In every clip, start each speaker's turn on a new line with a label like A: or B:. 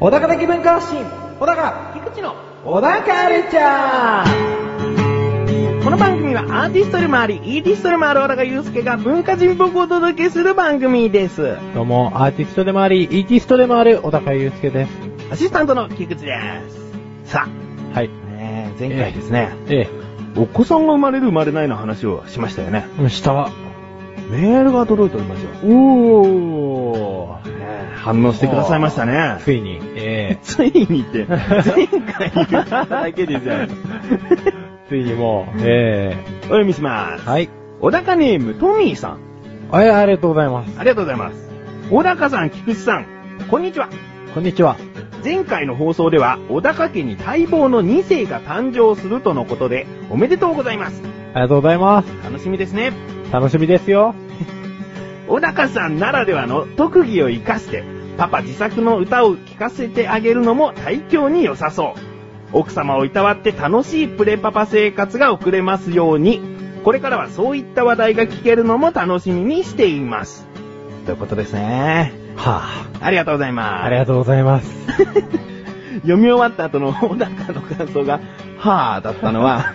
A: 小高的文化発信小高菊池の小高レチャーこの番組はアーティストでもあり、イーティストでもある小高祐介が文化人っぽくお届けする番組です。
B: どうも、アーティストでもあり、イーティストでもある、小高祐介です。
A: アシスタントの菊池です。さあ、
B: はい。
A: ねえ前回ですね、
B: え
A: お子さんが生まれる生まれないの話をしましたよね。
B: え、下は。
A: メールが届いておりますよ。
B: お
A: ね
B: ー。
A: え反応してくださいましたね。
B: ついに、え
A: ついに って、前回言っただけですよ。
B: え、ついにもう、え
A: お読みします
B: え。。はい。
A: 小高ネーム、トミーさん。
B: はい、ありがとうございます。
A: ありがとうございます。小高さん、菊池さん、こんにちは。
B: こんにちは。
A: 前回の放送では、小高家に待望の2世が誕生するとのことで、おめでとうございます。
B: ありがとうございます。
A: 楽しみですね。
B: 楽しみですよ。
A: 小高さんならではの特技を活かして、パパ自作の歌を聴かせてあげるのも最強に良さそう。奥様をいたわって楽しいプレパパ生活が送れますように、これからはそういった話題が聞けるのも楽しみにしています。ということですね。
B: はぁ、
A: ありがとうございます。
B: あ。りがとうござい ます。
A: 読み終わった後の小高の感想が、はぁだったの は、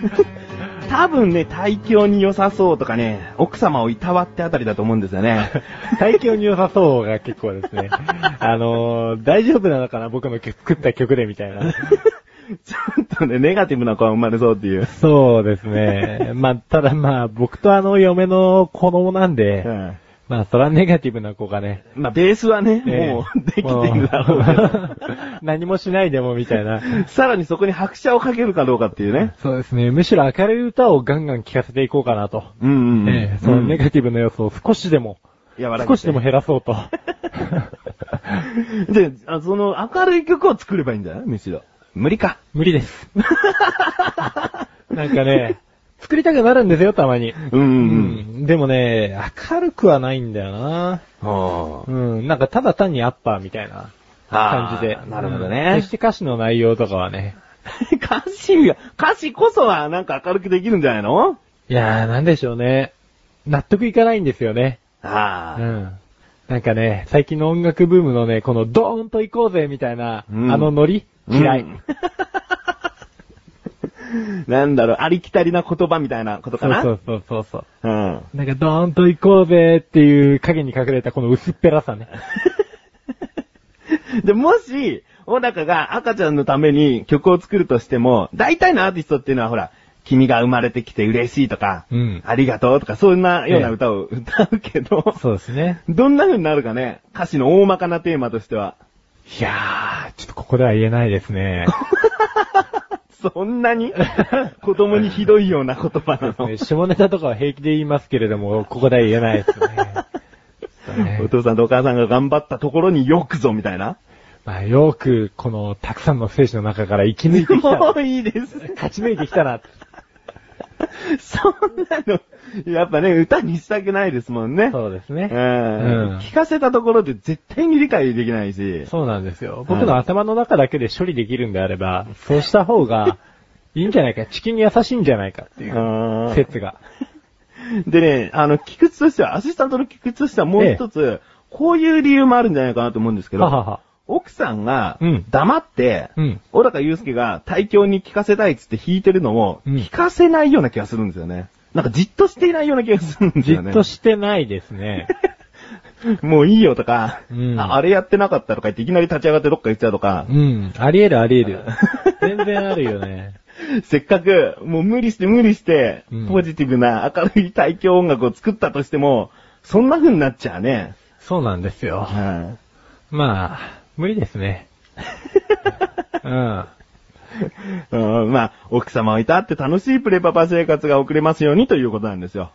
A: 多分ね、体調に良さそうとかね、奥様をいたわってあたりだと思うんですよね。
B: 最強に良さそうが結構ですね。 あのー、大丈夫なのかな僕の作った曲でみたいな。
A: ちょっとね、ネガティブな子が生まれそうっていう。
B: そうですね。まあ、ただまあ、僕とあの嫁の子供なんで、まあ、そらネガティブな子がね、
A: まあ、ベースはね、
B: ええ
A: もう、できてるだろう けど。
B: 何もしないでもみたいな。
A: さらにそこに拍車をかけるかどうかっていうね。
B: そうですね。むしろ明るい歌をガンガン聴かせていこうかなと。
A: うんうんうん。
B: ええ、そのネガティブな要素を少しでも、
A: 柔らかくて
B: 少しでも減らそうと。
A: で、あその、明るい曲を作ればいいんだよ、むしろ。無理か。
B: 無理です。 なんかね、作りたくなるんですよ、たまに。
A: うんうんう
B: う
A: ん。
B: ん。でもね、明るくはないんだよな。
A: あー
B: うん。なんかただ単にアッパーみたいな感
A: あー
B: じで。
A: なるほど
B: うん
A: ね
B: 決し。て歌詞の内容とかはね。
A: 歌詞が、歌詞こそはなんか明るくできるんじゃないの
B: いやー、なんでしょうね。納得いかないんですよね。う
A: ああ。
B: ん。なんかね、最近の音楽ブームのね、このドーンと行こうぜみたいな、
A: うん
B: あのノリ嫌い、
A: うん なんだろう、ありきたりな言葉みたいなこと
B: そ
A: か
B: う
A: な
B: そうそうそうそう。
A: うん。
B: なんかドーンと行こうぜっていう影に隠れたこの薄っぺらさね。
A: で、もし、小高が赤ちゃんのために曲を作るとしても、大体のアーティストっていうのはほら、君が生まれてきて嬉しいとか、
B: うん
A: ありがとうとか、そんなような歌を歌うけど、
B: そうですね。
A: どんな風になるかね、歌詞の大まかなテーマとしては。
B: いやー、ちょっとここでは言えないです ね。
A: そんなに 子供にひどいような言葉なの。
B: 下ネタとかは平気で言いますけれども、ここでは言えないですねちょっとね
A: お。父さんとお母さんが頑張ったところによくぞみたいな。
B: まあ、よく、この、たくさんの精子の中から生き抜いてきた
A: も
B: な。
A: ういいです。
B: 勝ち抜いてきたな。
A: そんなの、やっぱね、歌にしたくないですもん ね。
B: そうですね。
A: うん
B: うん
A: 聞かせたところで絶対に理解できないし。
B: そうなんですよ。僕の頭の中だけで処理できるんであれば、そうした方がいいんじゃないか、地球に優しいんじゃないかっていううん説が。
A: でね、あの、菊池としては、アシスタントの菊池としてはもう一つ、こういう理由もあるんじゃないかなと思うんですけ
B: は
A: ど、
B: はは。
A: 奥さんが
B: うん、
A: 黙って
B: うん、
A: 小高祐介が大教に聞かせたいっつって弾いてるのを、
B: うん
A: 聞かせないような気がするんですよね。なんかじっとしていないような気がするんです
B: じ
A: よね。
B: っとしてないですね。
A: もういいよとか、
B: うん
A: ああれやってなかったとか言っていきなり立ち上がってどっか行っちゃうとか
B: う、ん。ありえるありえる。全然あるよね。
A: せっかく、もう無理して無理して
B: うん、
A: ポジティブな明るい対響音楽を作ったとしても、そんな風になっちゃうね。
B: そうなんですよ。
A: は
B: まあ、無理ですね。うん。
A: いうん、まあ、奥様をいたって楽しいプレパパ生活が送れますようにということなんですよ。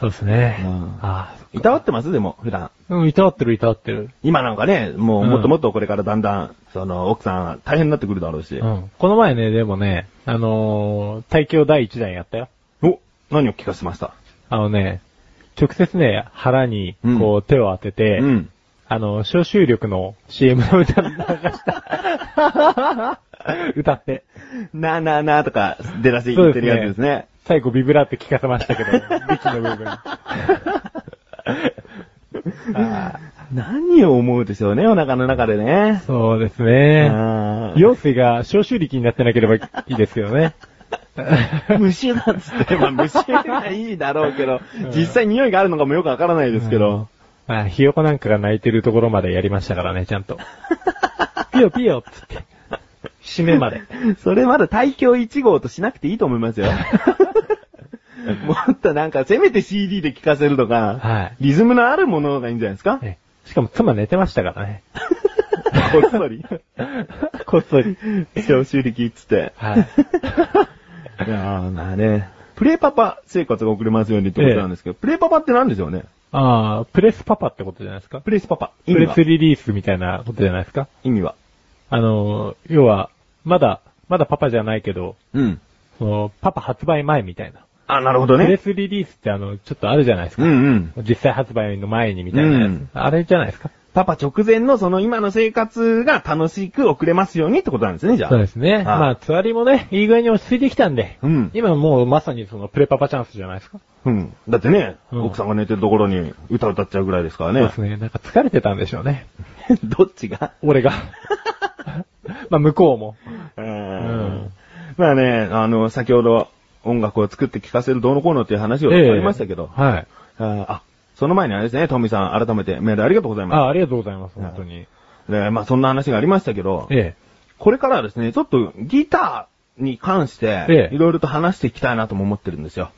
B: そうですね。
A: うん
B: ああ
A: いたわってますでも、普段。
B: うん、いたわってるいたわってる。
A: 今なんかね、もう
B: うん
A: もっともっとこれからだんだん、その、奥さん大変になってくるだろうし。
B: うん。この前ね、でもね、あのー、対響第1弾やったよ。
A: お、何を聞かせました
B: あのね、直接ね、腹に、こう、手を当てて、
A: うん。
B: あの、消臭力の CM の歌を流した。歌って。
A: なあなあなあとか出だし言ってるやつですね。
B: 最後ビブラって聞かせましたけど、ビキの部分。
A: 何を思うでしょうね、お腹の中でね。
B: そうですね。
A: あー
B: 陽水が消臭力になってなければいいですよ ね。
A: 無臭だっつって、まあ無臭はいいだろうけど、実際匂いがあるのかもよくわからないですけど。
B: まあ、ひよこなんかが泣いてるところまでやりましたからね、ちゃんと。ピヨピヨっ つって。締めまで。
A: それまだ大京1号としなくていいと思いますよ。 もっとなんか、せめて CD で聴かせるとか、
B: はい
A: リズムのあるものがいいんじゃないですか
B: えしかも妻寝てましたか らね。
A: こっそり。
B: こっそり。
A: 消臭力っつって。
B: はい。
A: いやーまあね。プレイパパ生活が送れますようにってことなんですけど、プレイパパって何でしょうね
B: ああ、プレスパパってことじゃないですか
A: プレイスパパ。
B: プ
A: 意味
B: レ
A: は
B: スリリースみたいなことじゃないですか
A: 意味は。
B: あの、要は、まだ、まだパパじゃないけど、
A: うん。
B: その、パパ発売前みたいな。
A: あ、なるほど
B: プレ
A: ね。
B: スリリースってあの、ちょっとあるじゃないです
A: う
B: か。
A: んうん。
B: 実際発売の前にみたいなやつ。
A: うん
B: あれじゃないですか
A: パパ直前のその今の生活が楽しく送れますようにってことなんですね、じゃあ。
B: そうですね。まあ、つわりもね、いい具合に落ち着いてきたんで、
A: うん
B: 今もうまさにそのプレパパチャンスじゃないですか。
A: うん。だってね、
B: うん
A: 奥さんが寝てるところに歌歌っちゃうぐらいですから
B: そう
A: ね
B: で。すね。なんか疲れてたんでしょうね。
A: どっちが
B: 俺が。まあ、向こうも。
A: う
B: うん
A: ん。まあね、あの、先ほど音楽を作って聴かせるどうのこうのっていう話をありましたけど、
B: はい。
A: あーあ、その前にあれですね、トミさん、改めてメールありがとうござい
B: あ
A: ま
B: ありがとうございます、本当に。
A: す。でまあそんな話がありましたけど、
B: え
A: これからはですね、ちょっとギターに関して
B: え、え
A: いろいろと話していきたいなとも思ってるんですよ。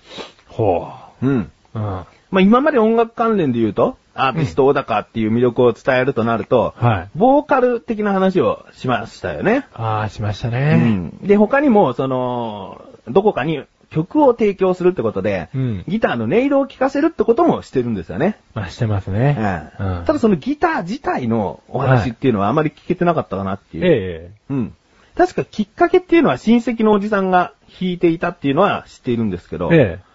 B: え。ほ
A: うん。
B: う。うん。は
A: まあ今まで音楽関連で言うと、アーティスト小高っていう魅力を伝えるとなると、
B: い。
A: ボーカル的な話をしましたよね。
B: ああ、しました
A: う
B: ね。
A: ん。で、他にも、その、どこかに曲を提供するってことで、
B: うん
A: ギターの音色を聴かせるってこともしてるんですよね。
B: まあ、してます
A: う
B: ね
A: ん。
B: うん。
A: ただそのギター自体のお話っていうのはあまり聞けてなかったかなっていう。
B: ええ。
A: うん。確かきっかけっていうのは親戚のおじさんが弾いていたっていうのは知っているんですけど、え
B: え
A: ー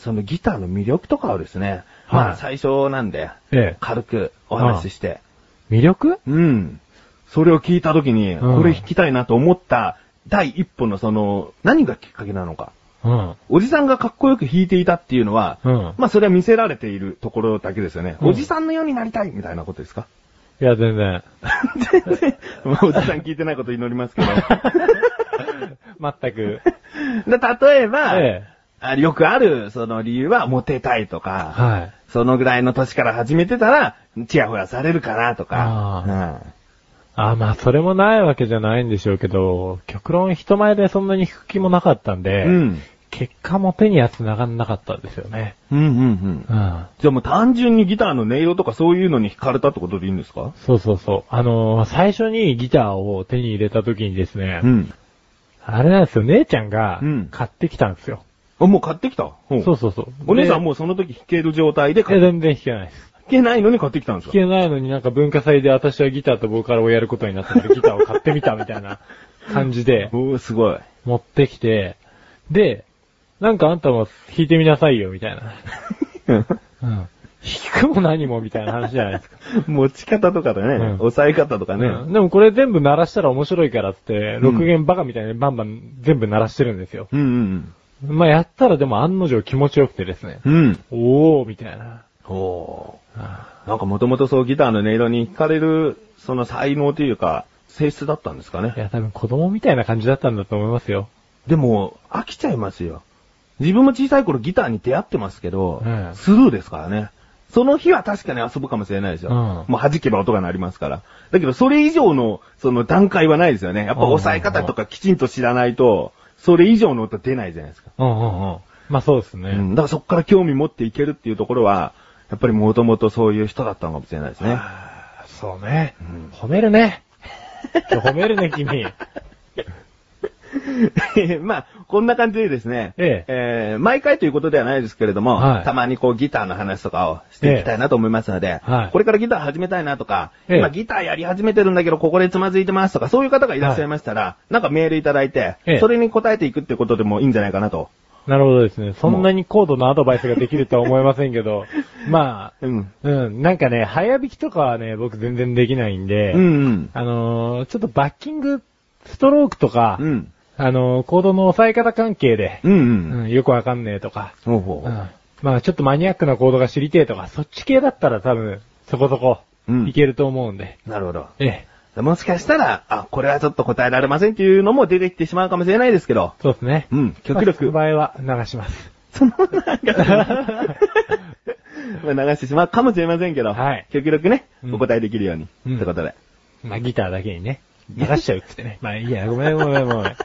A: そのギターの魅力とかをですね、
B: はい
A: まあ最初なんで、
B: え。ええ。
A: 軽くお話しして、
B: 魅力
A: うん。それを聞いた時に、
B: うん
A: これ弾きたいなと思った第一歩のその、何がきっかけなのか。
B: うん。
A: おじさんがかっこよく弾いていたっていうのは、
B: うん
A: まあそれは見せられているところだけですよね。
B: うん
A: おじさんのようになりたいみたいなことですか
B: いや、全然。
A: 全然、まあおじさん聞いてないこと祈りますけ ど。
B: 全く。
A: で例えば、
B: ええ。
A: あよくある、その理由は、モテたいとか、
B: はい。
A: そのぐらいの年から始めてたら、チヤホヤされるかなとか
B: あ、ああ、まあ、それもないわけじゃないんでしょうけど、極論人前でそんなに弾く気もなかったんで、
A: うん
B: 結果も手には繋がんなかったんですよね。
A: うん。うんうんうん。
B: うん。
A: じゃあもう単純にギターの音色とかそういうのに惹かれたってことでいいんですか
B: そうそうそう。あのー最初にギターを手に入れた時にですね、
A: ん。
B: あれなんですよ、姉ちゃんが
A: うん
B: 買ってきたんですよ。
A: あ、もう買ってきたほ
B: そうそうそう。
A: お姉さん
B: も
A: もうその時弾ける状態で買
B: え、
A: っ
B: 全然弾けないです。
A: けないのに買ってきたんです
B: 弾
A: か
B: けないのになんか文化祭で私はギターとボーカルをやることになったからギターを買ってみたみたいな感じで
A: おー、すごい。
B: 持ってきて、で、なんかあんたも弾いてみなさいよみたいな。うん。弾くも何もみたいな話じゃないですか。
A: 持ち方とかだね、
B: うん
A: 押さえ方とかね。
B: うんでもこれ全部鳴らしたら面白いからっつって、6弦バカみたいにバンバン全部鳴らしてるんですよ。
A: うんうん
B: まあやったらでも案の定気持ちよくてですね。
A: うん。うん。
B: おーみたいな。
A: ほう。
B: あ
A: なんかもともとそうギターの音色に惹かれる、その才能というか、性質だったんですか
B: ーい
A: ね。
B: や多分子供みたいな感じだったんだと思いますよ。
A: でも、飽きちゃいますよ。自分も小さい頃ギターに出会ってますけど、
B: ええ
A: スルーですからね。その日は確かに遊ぶかもしれないですよ。
B: うん
A: もう弾けば音が鳴りますから。だけど、それ以上の、その段階はないですよね。やっぱ押さえ方とかきちんと知らないと、それ以上の音出ないじゃないですか。
B: うんうんうん。まあそうですね。
A: うんだからそこから興味持っていけるっていうところは、やっぱりもともとそういう人だったのかもしれないですね。
B: そうね、
A: ん
B: 褒めるね。今日褒め るね、君。
A: まあ、こんな感じでですね、
B: ええ
A: ー毎回ということではないですけれども、
B: はい
A: たまにこうギターの話とかをしていきたいなと思いますので、
B: はい
A: これからギター始めたいなとか、
B: ええ
A: 今ギターやり始めてるんだけど、ここでつまずいてますとか、そういう方がいらっしゃいましたら、なんかメールいただいて、
B: ええ
A: それに答えていくってことでもいいんじゃないかなと。
B: なるほどですね。そんなに高度なアドバイスができるとは思いません けど、まあ、
A: うん。
B: うん、なんかね、早弾きとかはね、僕全然できないんで、
A: うんうん。
B: あのーちょっとバッキングストロークとか、
A: うん。
B: あの、行動の抑え方関係で、
A: うんう。
B: うんん、よくわかんねえとか、
A: ほうほう
B: う
A: ほう。
B: ん、まあちょっとマニアックな行動が知りてえとか、そっち系だったら多分、そこそこ
A: うん、
B: いけると思うんで、
A: なるほど。
B: ええ、
A: もしかしたら、あ、これはちょっと答えられませんっていうのも出てきてしまうかもしれないですけど。
B: そうですね。
A: うん、極力。
B: まあその場合は流します。
A: そのなんか、まあ流してしまうかもしれませんけど、
B: はい
A: 極力ね
B: う、ん
A: お答えできるように、
B: うん
A: ってことで。
B: まあギターだけにね、流しちゃうっつって ね。まあいいや、ごめんごめんごめ ん。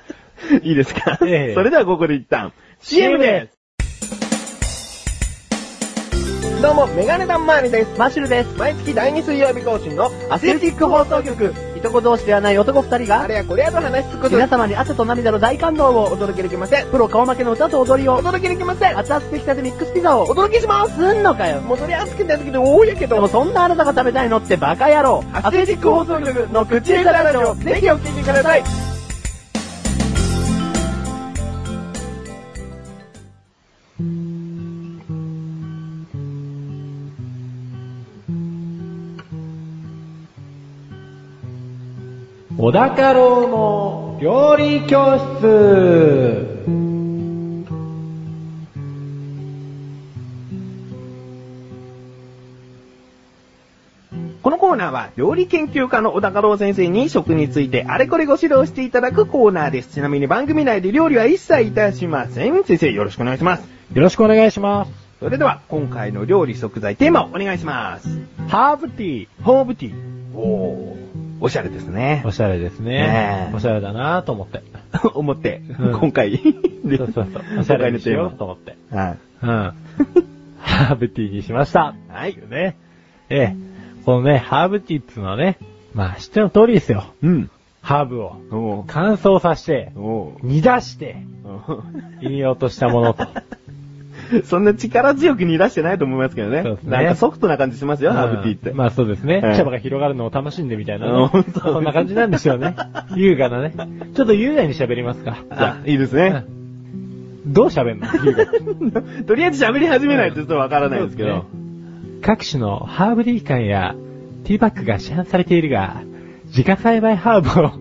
A: いいです か、
B: ええ
A: それではここで一旦、CM ですどうも、メガネタンマーニです。マッシュルです。毎月第2水曜日更新のアスレティック放送局。
C: いとこ同士ではない男二人
A: あ
C: が、
A: れやこれやと話すことで
C: 皆様に汗と涙の大感動
A: お
C: を、
A: 届けできません。
C: プロ顔負けの歌と踊り
A: お
C: を、
A: 届けできません。
C: 熱々できたてミックスピザ
A: お
C: を、
A: 届けします。
C: すんのかよ。
A: もうそれ熱くなったけど多いやけ
C: でも
A: ど。
C: そんなあなたが食べたいのってバカ野郎。
A: アスレティック放送局の口下手ラジオ、ぜひお聞きください。
B: 小高郎の料理教室
A: このコーナーは料理研究家の小高郎先生に食についてあれこれご指導していただくコーナーです。ちなみに番組内で料理は一切いたしません。先生よろしくお願いします。
B: よろしくお願いします。
A: それでは今回の料理食材テーマをお願いします。
B: ハーブティー。
A: ホーブティー。おー、おしゃれです ね
B: お。しゃれですね。
A: ねえ
B: おしゃれだなぁと思って。
A: 思って、
B: うん
A: 今回、
B: そうそうそう。お
A: 今
B: しゃれ
A: 回
B: に
A: の
B: し
A: テー
B: よう
A: マ。
B: と思って。
A: はい。
B: うん。ハーブティーにしました。
A: はい。
B: ね。ええ。このね、ハーブティーっていうのはね、まあ知っての通りですよ。
A: うん。
B: ハーブを
A: おー。
B: 乾燥させて、
A: おー
B: 煮出して、
A: お
B: 引用としたも のと。
A: ーそんな力強く煮出してないと思いますけどね。
B: そうですね
A: なんかソフトな感じしますよ、ハーブティーって。
B: うんまあそうですね。
A: はい
B: 茶葉が広がるのを楽しんでみたい
A: うん
B: な
A: 本
B: ね。
A: 当
B: そんな感じなんでしょうね。優雅なね。ちょっと優雅に喋りますか。じゃ
A: あ、いいですね
B: あ。どう喋んの優雅。
A: とりあえず喋り始めないとちょっとわからないですけど。
B: 各種のハーブティー缶やティーバッグが市販されているが、自家栽培ハー ブを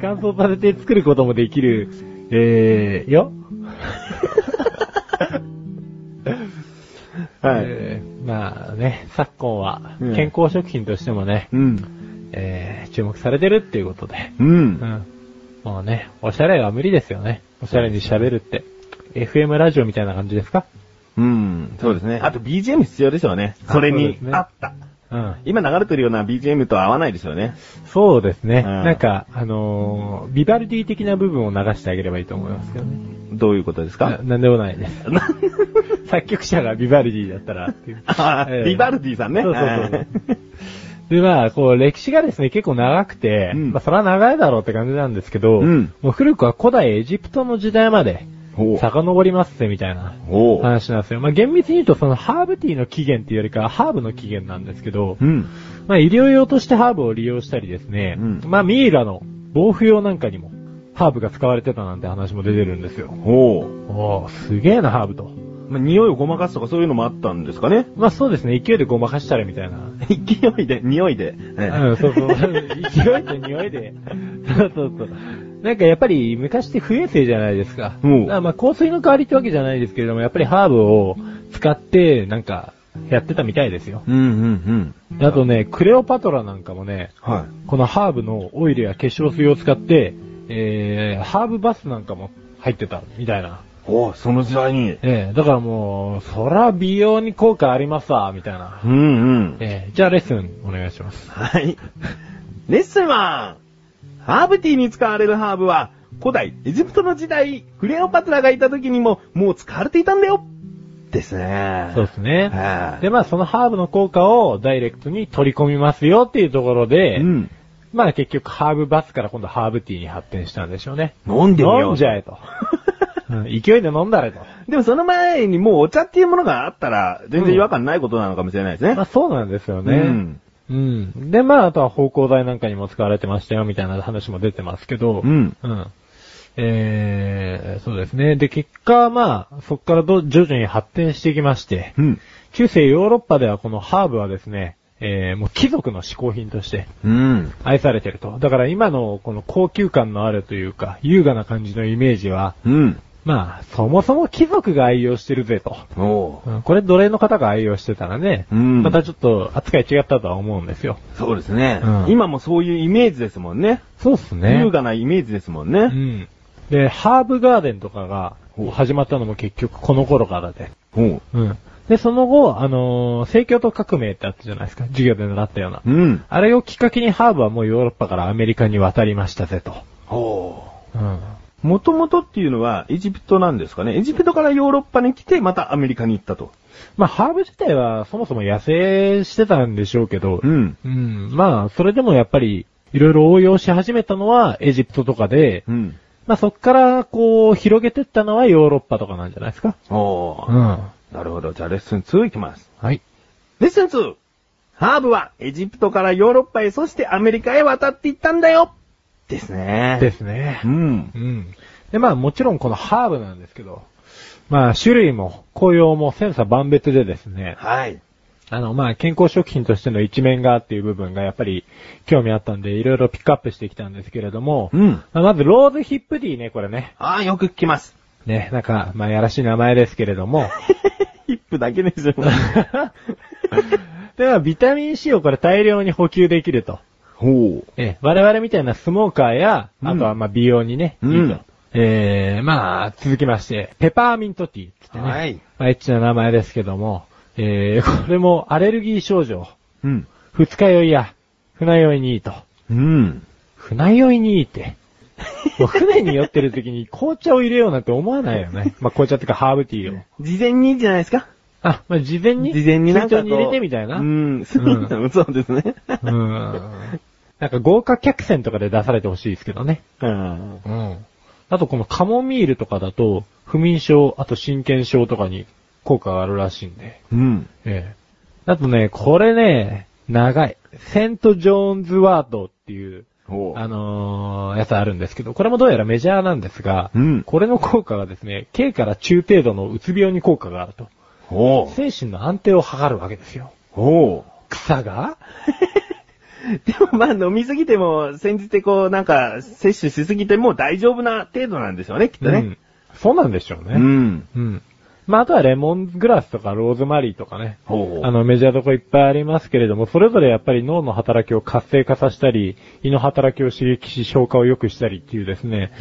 B: 乾燥させて作ることもできる、えー、よ。
A: はい。
B: えーまあね、昨今は
A: うん
B: 健康食品としてもね、
A: うん。
B: えー注目されてるっていうことで。
A: う。
B: うんん。もうね、おしゃれは無理ですよね。おしゃれに喋るって。FM ラジオみたいな感じですか
A: うん。そうですね。あと BGM 必要でしょうね。
B: あ
A: それ
B: そう
A: に
B: ですね
A: あった。
B: うん。
A: 今流れてるような BGM とは合わないですよね。
B: そうですね。
A: うん
B: なんか、あのービバルディ的な部分を流してあげればいいと思いますけどね。
A: どういうことです
B: な
A: か
B: なんでもないです。
A: な。
B: 作曲者がビバルディだったらっていう
A: あ
B: ええ
A: ビバルディさんね。
B: そうそうそう。で、まあ、こう、歴史がですね、結構長くて、
A: うん
B: まあ、それは長いだろうって感じなんですけど、
A: うん
B: もう古くは古代エジプトの時代まで、
A: おう。
B: 遡りますぜ、みたいな
A: おう。
B: 話なんですよ。まあ、厳密に言うと、その、ハーブティーの起源っていうよりかは、ハーブの起源なんですけど、
A: うん。
B: まあ、医療用としてハーブを利用したりですね、
A: うん
B: まあ、ミイラの防腐用なんかにも、ハーブが使われてたなんて話も出てるんですよ。
A: おう。
B: おー、すげえな、ハーブと。
A: まあ、匂いをごまかすとかそういうのもあったんですか ね。
B: まあ、そうですね、勢いでごまかしたらみたいな。
A: 勢いで、匂いで。
B: うん、そう そう。勢いと匂いで。そうそうそう。なんかやっぱり昔って不衛生じゃないですか。
A: うん
B: だからまあ香水の代わりってわけじゃないですけれども、やっぱりハーブを使って、なんか、やってたみたいですよ。
A: うんうん
B: であとね、クレオパトラなんかもね、
A: うん。はい。
B: このハーブのオイルや化粧水を使って、えー、ハーブバスなんかも入ってた、みたいな。
A: おう、その時代に。
B: ええだからもう、そら美容に効果ありますわ、みたいな。
A: うんうん。
B: ええじゃあレッスンお願いします。
A: はい。レッスンは、ハーブティーに使われるハーブは、古代エジプトの時代、クレオパトラがいた時にも、もう使われていたんだよですね。
B: そうですね。
A: はい
B: で、まあ、そのハーブの効果をダイレクトに取り込みますよっていうところで、
A: うん。
B: まあ、結局、ハーブバスから今度ハーブティーに発展したんでしょうね。
A: 飲んでみよう。
B: 飲んじゃ えと。うん勢いで飲んだれと。
A: でもその前にもうお茶っていうものがあったら、全然違和感ないことなのかもしれないですね。
B: まあ、そうなんですよね。
A: うん。
B: うん。で、まあ、あとは芳香剤なんかにも使われてましたよ、みたいな話も出てますけど、
A: うん
B: えー、そうですね。で、結果、まあ、そこからど徐々に発展していきまして、
A: うん。
B: 中世ヨーロッパではこのハーブはですね、えーもう貴族の嗜好品として
D: うん。
B: 愛されてると。だから今のこの高級感のあるというか、優雅な感じのイメージは、
D: うん。
B: まあ、そもそも貴族が愛用してるぜと。
D: お
B: うんこれ奴隷の方が愛用してたらね、
D: うん
B: またちょっと扱い違ったとは思うんですよ。
D: そうですね。
B: うん
A: 今もそういうイメージですもんね。
B: そうっすね。
A: 優雅なイメージですもん
B: う
A: ね。
B: ん。で、ハーブガーデンとかが始まったのも結局この頃からで。
D: おう。
B: うん。で、その後、あのー、政教と革命ってあったじゃないですか。授業で習ったような。
D: うん。
B: あれをきっかけにハーブはもうヨーロッパからアメリカに渡りましたぜと。
D: お
B: うん。
A: もともとっていうのはエジプトなんですかね。エジプトからヨーロッパに来て、またアメリカに行ったと。
B: まあ、ハーブ自体はそもそも野生してたんでしょうけど、
D: うん。
B: うん。まあ、それでもやっぱり、いろいろ応用し始めたのはエジプトとかで、
D: うん。
B: まあそっからこう広げてったのはヨーロッパとかなんじゃないですか。
D: おう。
B: ん。
A: なるほど。じゃあレッスン2いきます。
B: はい。
A: レッスン 2! ハーブはエジプトからヨーロッパへ、そしてアメリカへ渡っていったんだよですね。
B: ですね
D: う。ん
B: う。ん。で、まあもちろんこのハーブなんですけど、まあ種類も紅葉も千差万別でですね、
A: はい。
B: あのまあ健康食品としての一面がっていう部分がやっぱり興味あったんでいろいろピックアップしてきたんですけれども、
D: うん。
B: まあまずローズヒップティーね、これね。
A: ああ、よく聞きます。
B: ね、なんか、まあやらしい名前ですけれ ども、
A: ヒップだけでしょ。
B: ではビタミン C をこれ大量に補給できると。
D: ほう。
B: ええ、我々みたいなスモーカーや、
D: うん
B: あとはまあ美容にね、
D: うん
B: いいと。ええまあ、続きまして、ペパーミントティーっつってね。
D: はい
B: まあ、エッチな名前ですけども、ええこれもアレルギー症状。
D: うん。
B: 二日酔いや、船酔いにいいと。
D: うん。
B: 船酔いにいいって。もう船に酔ってる時に紅茶を入れようなんて思わないよ ね。まあ紅茶っていうかハーブティーを。
A: 事前にじゃないですか
B: あ、まあ事前に
A: 事前になんかこう
B: 慎重に入れてみたいな。
A: うん。 そうそうですね。
B: うん。なんか豪華客船とかで出されてほしいですけどね。
A: うん
B: うん。あとこのカモミールとかだと、不眠症、あと心筋症とかに効果があるらしいんで。
D: うん。
B: ええ。あとね、これね、長い。セント・ジョーンズ・ワードっていう、
D: ほ
B: あのー、やつあるんですけど、これもどうやらメジャーなんですが、
D: うん
B: これの効果がですね、軽から中程度のうつ病に効果があると。
D: う。ほう。
B: 精神の安定を図るわけですよ。
D: ほ
B: 草が
A: でもまあ飲みすぎても、先日でこうなんか摂取しすぎても大丈夫な程度なんでしょうね、きっと
B: う
A: ね。
B: ん。そうなんでしょうね。
D: う。うん。
B: うん。まあ、あとはレモングラスとかローズマリーとかね。
D: ほう。
B: あの、メジャーどこいっぱいありますけれども、それぞれやっぱり脳の働きを活性化させたり、胃の働きを刺激し、消化を良くしたりっていうですね。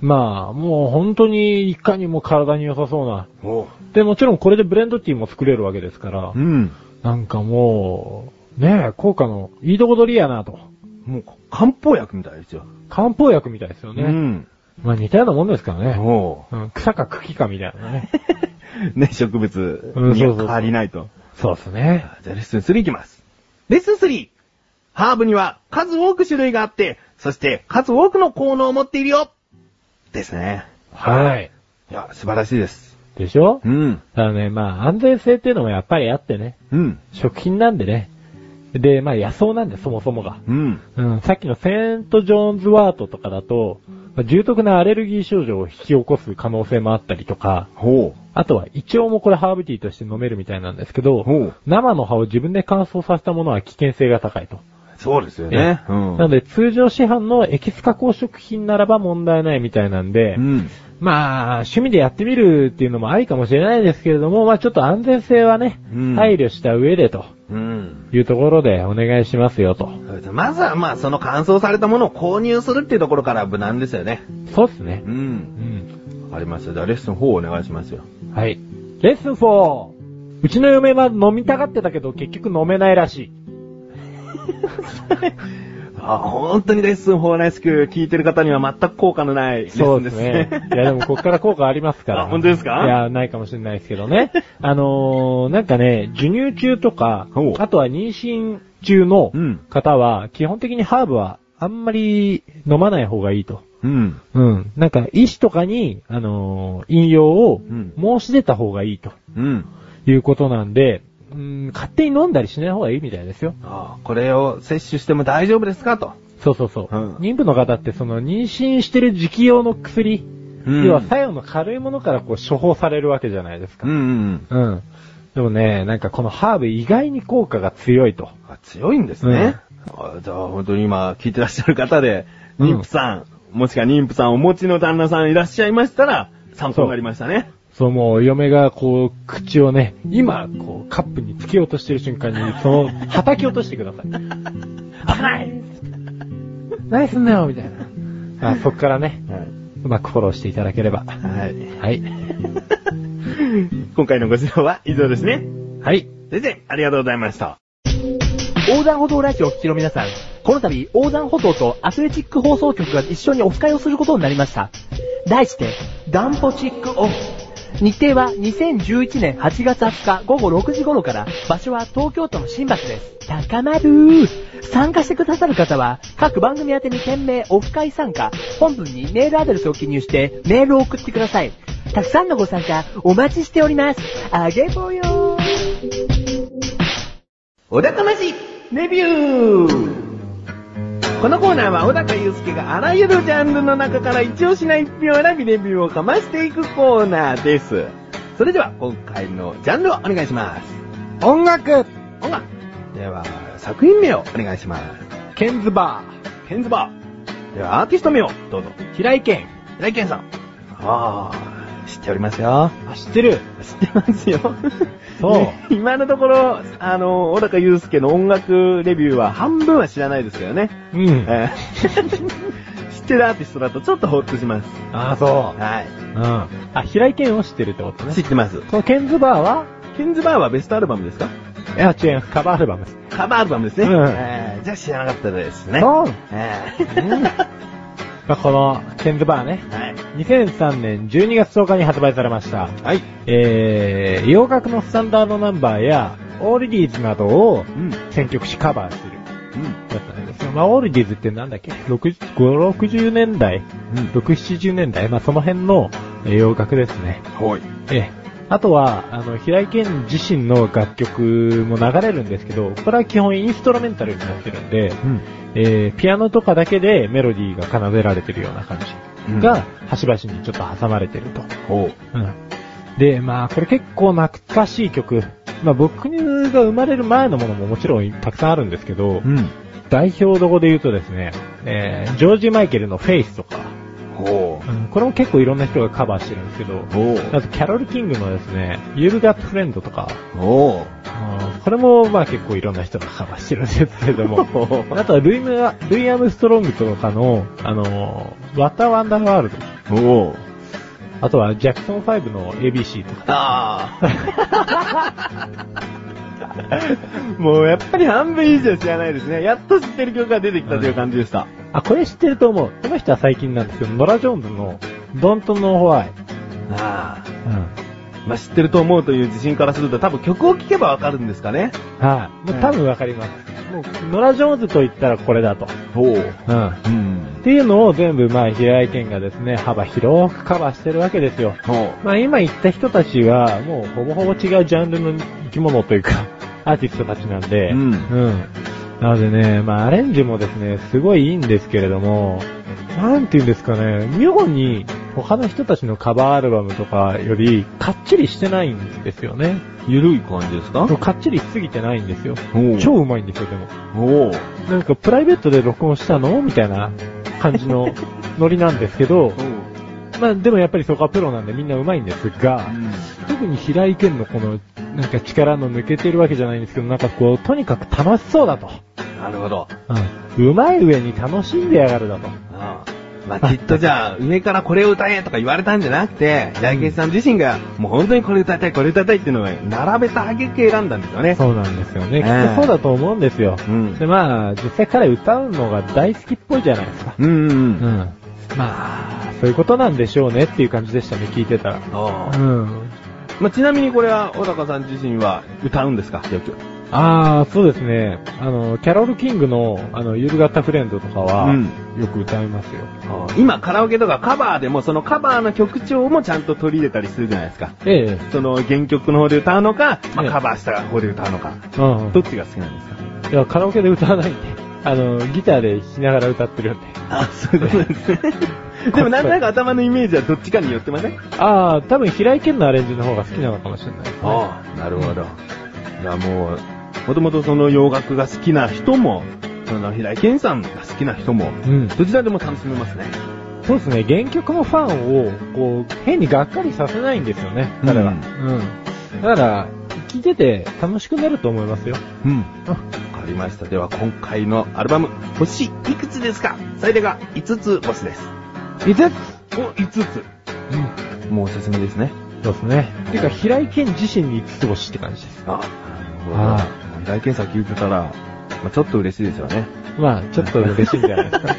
B: まあ、もう本当にいかにも体に良さそうな。
D: ほ
B: で、もちろんこれでブレンドティーも作れるわけですから
D: う。う、ん。
B: なんかもう、ねえ、効果のいいとこ取りやなと。
D: もう、漢方薬みたいですよ。
B: 漢方薬みたいですよ
D: う
B: ね。
D: ん。
B: まあ似たようなもんですからね。
D: ほ
B: うん、草か茎かみたい なね。
A: ね、植物
B: うん
A: に
B: そうそ
A: は変
B: う
A: わりないと。
B: そうですね。
A: じゃあレッスン3いきます。レッスン 3! ハーブには数多く種類があって、そして数多くの効能を持っているよですね。
B: はい。
D: う。いや、素晴らしいです。
B: でしょ
D: うん。
B: ただね、まあ安全性っていうのもやっぱりあってね。
D: うん。
B: 食品なんでね。で、まあ野草なんで、そもそもが。
D: うん。
B: うん、さっきのセント・ジョーンズ・ワートとかだと、まあ重篤なアレルギー症状を引き起こす可能性もあったりとか、
D: ほ
B: あとは胃腸もこれハーブティーとして飲めるみたいなんですけど
D: ほう、
B: 生の葉を自分で乾燥させたものは危険性が高いと。
D: う。そうですよ
B: ね
D: ね。うん。
B: なので通常市販のエキス加工食品ならば問題ないみたいなんで
D: う、ん。
B: まあ、趣味でやってみるっていうのもありかもしれないですけれども、まあちょっと安全性はね、
D: うん
B: 配慮した上でと
D: うん。
B: いうところでお願いしますよと。
D: まずは、まあ、その乾燥されたものを購入するっていうところから無難ですよね。
B: そうっすね
D: う。。
B: うんん。
D: わかりました。じゃあ、レッスン4お願いしますよ。
B: はい。レッスン 4! うちの嫁は飲みたがってたけど結局飲めないらしい。
A: あ、本当にレッスン4らしく聞いてる方には全く効果のないレッスンですね。
B: いやでもこっから効果ありますから。
A: あ本当ですか
B: いや、ないかもしれないですけ どね。あのー、なんかね、授乳中とか
D: ほう、
B: あとは妊娠中の
D: うん
B: 方は、基本的にハーブはあんまり飲まない方がいいと。
D: うん。
B: うん。なんか、医師とかに、あのー引用を
D: ん
B: 申し出た方がいいと
D: うん。
B: いうことなんで、うん、勝手に飲んだりしない方がいいみたいですよ。
D: ああ、これを摂取しても大丈夫ですかと。
B: そうそうそう。
D: うん
B: 妊婦の方って、その、妊娠してる時期用の薬、
D: うん
B: 要は作用の軽いものからこう処方されるわけじゃないですか。
D: うん。
B: うん。でもね、なんかこのハーブ意外に効果が強いと。
A: あ強いんですね、あじゃあ本当に今聞いてらっしゃる方で、
B: うん
A: 妊婦さん、もしくは妊婦さんお持ちの旦那さんいらっしゃいましたら、参考になりましたね。
B: そう、もう、嫁が、こう、口をね、今、こう、カップにつけようとしてる瞬間に、その、叩き落としてください。
A: はい
B: 何すんなよ、みたいな。まあ、そっからね、
A: は
B: うまくフォローしていただければ。
A: い。
B: はい。
A: 今回のご指導は以上ですね。
B: はい。
A: 先生、ありがとうございました。
E: 横断歩道ラジオをお聞きの皆さん、この度横断歩道とアスレチック放送局が一緒にオフ会をすることになりました。題して、ダンポチックオフ。日程は2011年8月20日午後6時頃から、場所は東京都の新橋です。高まる参加してくださる方は、各番組宛てに件名オフ会参加、本文にメールアドレスを記入して、メールを送ってください。たくさんのご参加、お待ちしております。あげぼよー。
A: 小高ましレビューこのコーナーは小高祐介があらゆるジャンルの中から一押しな一品を選びレビューをかましていくコーナーです。それでは今回のジャンルをお願いします。
B: 音楽
A: 音楽では作品名をお願いします。
B: ケンズバ
A: ケンズバー。ではアーティスト名をどうぞ。
B: ー平井健
A: 平井健さん。ああ、知っておりますよ。
B: あ、知ってる
A: 知ってますよ。
B: そう
A: ね 今のところ、あの、小高祐介の音楽レビューは半分は知らないですけどね。
B: うん。
A: えー 知ってるアーティストだとちょっとほっとします。
B: ああ、そ
A: はい。
B: う。うん。あ、平井健を知ってるってことね
A: 知。ってます。
B: このケンズバーは
A: ケンズバーはベストアルバムですか
B: いや、違う、カバーアルバムです。
A: カバーアルバムですね。
B: うん
A: えーじゃあ知らなかったですね。
B: そう
A: え
B: うん
A: ー
B: まあこの、ケンズバーね。
A: はい。
B: 2003年12月10日に発売されました。
A: はい。
B: えー、洋楽のスタンダードナンバーや、オールディーズなどを
A: うん。
B: 選曲しカバーする。
A: う
B: だったんですよ。まあ、オールディーズってなんだっけ ?60、5、60年代
A: ん。
B: ?6、70年代まあ、その辺のえー洋楽ですね。
A: うん。はい。
B: ええ。あとは、あの、平井堅自身の楽曲も流れるんですけど、これは基本インストラメンタルになってるんで、
A: うん。
B: えーピアノとかだけでメロディーが奏でられてるような感
A: うん
B: じが、端々にちょっと挟まれてると。
A: ほう。
B: うん。で、まあ、これ結構懐かしい曲。まあ、僕が生まれる前のものももちろんたくさんあるんですけど、
A: ん。
B: 代表どこで言うとですね、えージョージ・マイケルのフェイスとか、
A: ほう。
B: うんこれも結構いろんな人がカバーしてるんですけど、
A: ほう。
B: あとキャロル・キングのですね、You've Got Friend とか、
A: ほう。
B: うんこれもまあ結構いろんな人がカバーしてるんですけれど も、あとはルイムアルイ・アームストロングとかの、あのー、ワタ・ワンダーワールド、
A: ほう。
B: あとはジャクソン5の ABC とか、
A: ああ。もうやっぱり半分以上知らないですね。やっと知ってる曲が出てきたという感じでした。
B: あ、これ知ってると思う。この人は最近なんですけど、ノラ・ジョーンズの Don't Know Why。
A: ああ。
B: うん
A: まあ、知ってると思うという自信からすると多分曲を聴けばわかるんですかね。
B: はい。もう多分わかります。もう、ノラ・ジョーンズと言ったらこれだと。
A: ほう。
B: うん。っ
A: うん。
B: ていうのを全部、まあ、平井堅がですね、幅広くカバーしてるわけですよ。
A: ほ
B: まあ、今言った人たちは、もう、ほぼほぼ違うジャンルの生き物というか、 アーティストたちなんで、
A: うん
B: うん。なのでね、まあ、アレンジもですね、すごいいいんですけれども、なんていうんですかね、妙に他の人たちのカバーアルバムとかより、かっちりしてないんですよね。
A: う。ゆるい感じですか
B: かっちりしすぎてないんですよ。
A: ほう。
B: 超うまいんですよ、でも。
A: ほう。
B: なんかプライベートで録音したのみたいな感じのノリなんです けど、まあでもやっぱりそこはプロなんでみんな上手いんですが、特に平井堅のこの、なんか力の抜けてるわけじゃないんですけど、なんかこう、とにかく楽しそうだと。
A: なるほど。
B: うん。上手い上に楽しんでやがるだと。
A: ああまあ、きっとじゃあ、上からこれを歌えとか言われたんじゃなくて、ジャイケンさん自身が、もう本当にこれ歌いたい、これ歌いたいっていうのを並べた挙句選んだんですよね。
B: そうなんですよ
A: え
B: ね。
A: え
B: きっとそうだと思うんですよ。
A: うん
B: で、まあ、実際彼歌うのが大好きっぽいじゃないですか。
A: うんうん
B: う
A: うん。
B: ん。まあ、そういうことなんでしょうねっていう感じでしたね、聞いてたら。
A: ああ
B: うん。
A: まあ、ちなみにこれは、小高さん自身は歌うんですかよく。
B: ああ、そうですね。あの、キャロル・キングの、あの、ゆるがったフレンドとかは、
A: うん
B: よく歌いますよ。
A: 今、カラオケとかカバーでも、そのカバーの曲調もちゃんと取り入れたりするじゃないですか。
B: ええ。
A: その原曲の方で歌うのか、まあ、
B: ええ
A: カバーした方で歌うのか、
B: うん
A: どっちが好きなんですか
B: いや、カラオケで歌わないんで。あの、ギターで弾きながら歌ってるんで。
D: あ、そういうことなん ですね。でもなんとなく頭のイメージはどっちかに寄ってません
B: ああ、多分平井堅のアレンジの方が好きなのかもしれないですね。
A: ああ、なるほど。じゃあもう、もともとその洋楽が好きな人も、その平井堅さんが好きな人も、
B: うん。
A: どちらでも楽しめますね。
B: そうですね、原曲のファンを、こう、変にがっかりさせないんですよね、彼は。
A: う
B: うんん。だから、聴いてて楽しくなると思いますよ。
A: うん。わかりました。では今回のアルバム、星いくつですか最大が5つ星です。
B: いつ
A: お、5つ。もうおすすめですね。
B: そうですね。てか、平井堅自身に5つ星って感じです。
A: あ、な
B: あ
A: るほど。平井堅さん聞いてたら、まあ、ちょっと嬉しいですよね。
B: まあ、ちょっと嬉しいんじゃないですか。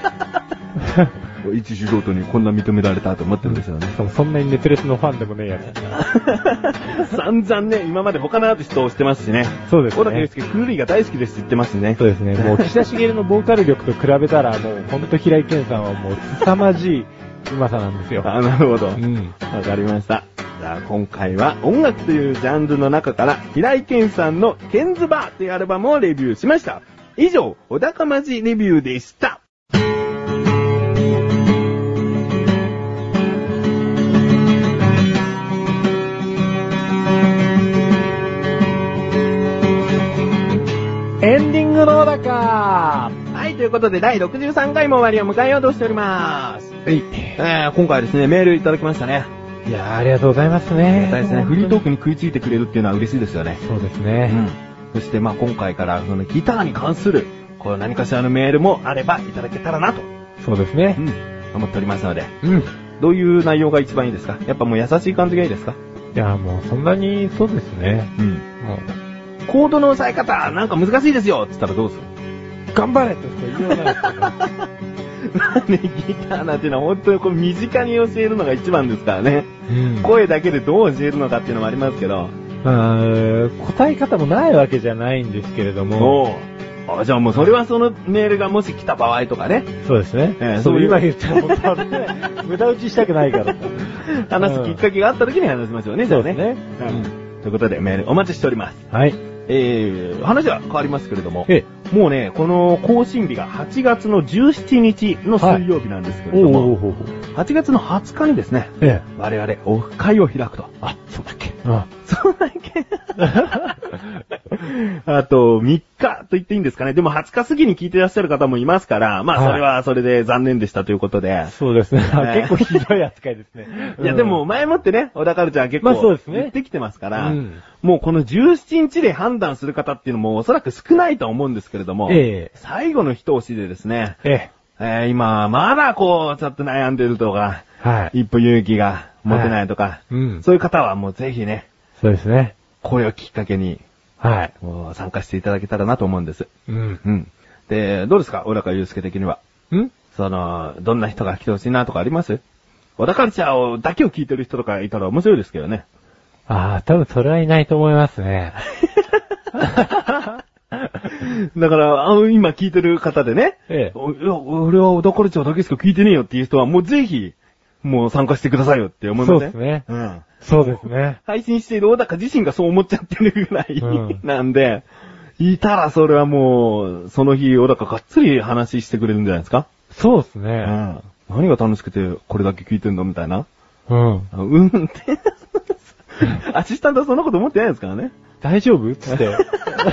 A: 一素人にこんな認められたと思ってるんですよね
B: し。か もそんなに熱烈のファンでもねえや つ。
A: 散々ね、今まで他のアーティストをしてますしね。
B: そうです
A: 小田圭
B: ね。
A: 介、クーリーが大好きですって言ってますしね。
B: そうです ね。 もう、岸田茂のボーカル力と比べたら、もう、ほんと平井堅さんはもう、凄まじい上手さなんですよ。
A: あ、なるほど。わ
B: うん。
A: かりました。じゃあ今回は音楽というジャンルの中から平井堅さんのケンズバーというアルバムをレビューしました。以上、小高まじレビューでした。
B: エンディングのだか
A: はい、ということで第63回も終わりを迎えようとしております。
B: はい。
A: えー、今回はですね、メールいただきましたね。
B: いやーありがとうございますね。
A: 大ですね、フリートークに食いついてくれるっていうのは嬉しいですよね。
B: そうですね。
A: そしてまあ今回からそのギターに関するこう何かしらのメールもあればいただけたらなと、
B: そうですね。
A: 思っておりますので、
B: うん。い
A: どういう内容が一番いいですかやっぱもう優しい感じがいいですか
B: や、もうそんなに、そうですね。
A: うん。
B: もう、
A: コードの押さえ方なんか難しいですよって言ったらどうする
B: 頑張れとしか言いようがないです けど
A: ね、ギターなんていうのは本当にこう身近に教えるのが一番ですからね。
B: うん
A: 声だけでどう教えるのかっていうのもありますけど。
B: まあ答え方もないわけじゃないんですけれども、
A: おうあじゃあもうそれはそのメールがもし来た場合とかね、
B: そうですね。
A: ええ
B: そ
A: そう
B: う、
A: いう
B: 今言ったらもう多分ね、無駄打ちしたくない から。
A: 話すきっかけがあった時に話しましょうね、じゃ
B: そ
A: あ
B: うで
A: ね。
B: すね。
A: うんということでメールお待ちしております。
B: はい。
A: えー、話は変わりますけれども、
B: え、
A: もうね、この更新日が8月の17日の水曜日なんですけれども、
B: お
A: 8月の20日にですね、
B: ええ。
A: 我々オフ会を開くと。あ、そうだっけ
B: あ
A: そうだっけあと、3日と言っていいんですかね。でも20日過ぎに聞いてらっしゃる方もいますから、まあ
B: はい
A: それはそれで残念でしたということで。
B: そうですね。あ
A: ええ。
B: 結構ひどい扱いですね
A: いやでも前もってね、小田カルチャー結構
B: まあそうですね
A: 言ってきてますから、
B: うん
A: もうこの17日で判断する方っていうのもおそらく少ないとは思うんですけれども、
B: ええ
A: 最後の一押しでですね、
B: うん、え
A: えー今、まだこう、ちょっと悩んでるとか、
B: え。はい。
A: 一歩勇気が持てないとか、
B: うん。
A: そういう方はもうぜひね、
B: そうですね。
A: これをきっかけに、
B: はい。
A: もう参加していただけたらなと思うんです。
B: うん。
A: うん。で、どうですか小高祐介的には。
B: ん
A: その、どんな人が来てほしいなとかあります小田カルチャーをだけを聞いてる人とかいたら面白いですけどね。
B: ああ、多分それはいないと思いますね。
A: だから、あの、今聞いてる方でね、
B: ええ
A: おいや俺は小田カルチャーだけしか聞いてねえよっていう人は、もうぜひ、もう参加してくださいよって思いません
B: そうですね
A: うん。
B: そうですね。
A: 配信している小高自身がそう思っちゃってるぐらい、
B: うん
A: なんで、いたらそれはもう、その日小高がっつり話してくれるんじゃないですか、
B: そうです
A: う
B: ね。
A: ん。何が楽しくてこれだけ聞いてんのみたいな。
B: うん。
A: うんって。 アシスタントはそんなこと思ってないですからね。
B: 大丈夫つって。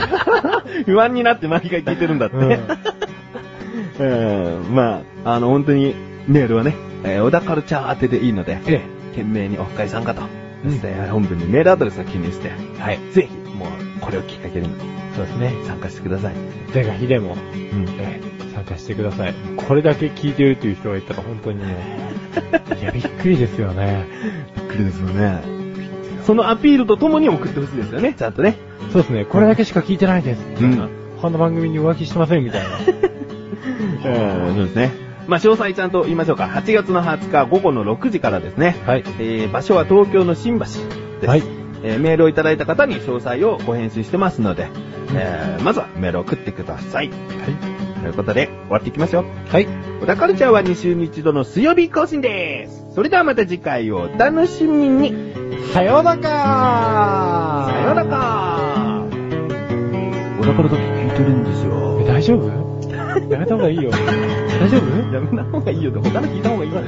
A: 不安になって毎回聞いてるんだって。
B: うん
A: うんまあ、あの、本当に、メールはね、えー小田カルチャー当てでいいので、
B: え
A: 懸命にオフ会参加と、
B: うん
A: そして本文にメールアドレスを記入して、
B: え。はい。
A: ぜひ、もう、これをきっかけに
B: そうですね。
A: 参加してください。
B: ぜひヒデも、
A: うん。
B: ええ、参加してください。これだけ聞いてるっていう人がいたら本当にね、 いや、びっくりですよね。
A: びっくりですよね。そのアピールとともに送ってほしいですよね、ちゃんとね。
B: そうですね。これだけしか聞いてないです。
A: うん。
B: 他の番組に浮気してませんみたいな。
A: そうですね。まあ、詳細ちゃんと言いましょうか。8月の20日午後の6時からですね。
B: はい。
A: えー場所は東京の新橋です。
B: はい
A: えーメールをいただいた方に詳細をご返信してますので、えーまずはメールを送ってください。
B: は
A: ということで、終わっていきましょう。
B: い。はい。
A: 小田カルチャーは2週に一度の水曜日更新です。それではまた次回をお楽しみに。
B: さようなら
A: さようなら。小田からだけ聞いてるんですよ
B: え大丈夫
F: やめた方がいいよ。大丈夫
A: やめた方がいいよって、他の聞いた方がいいよ。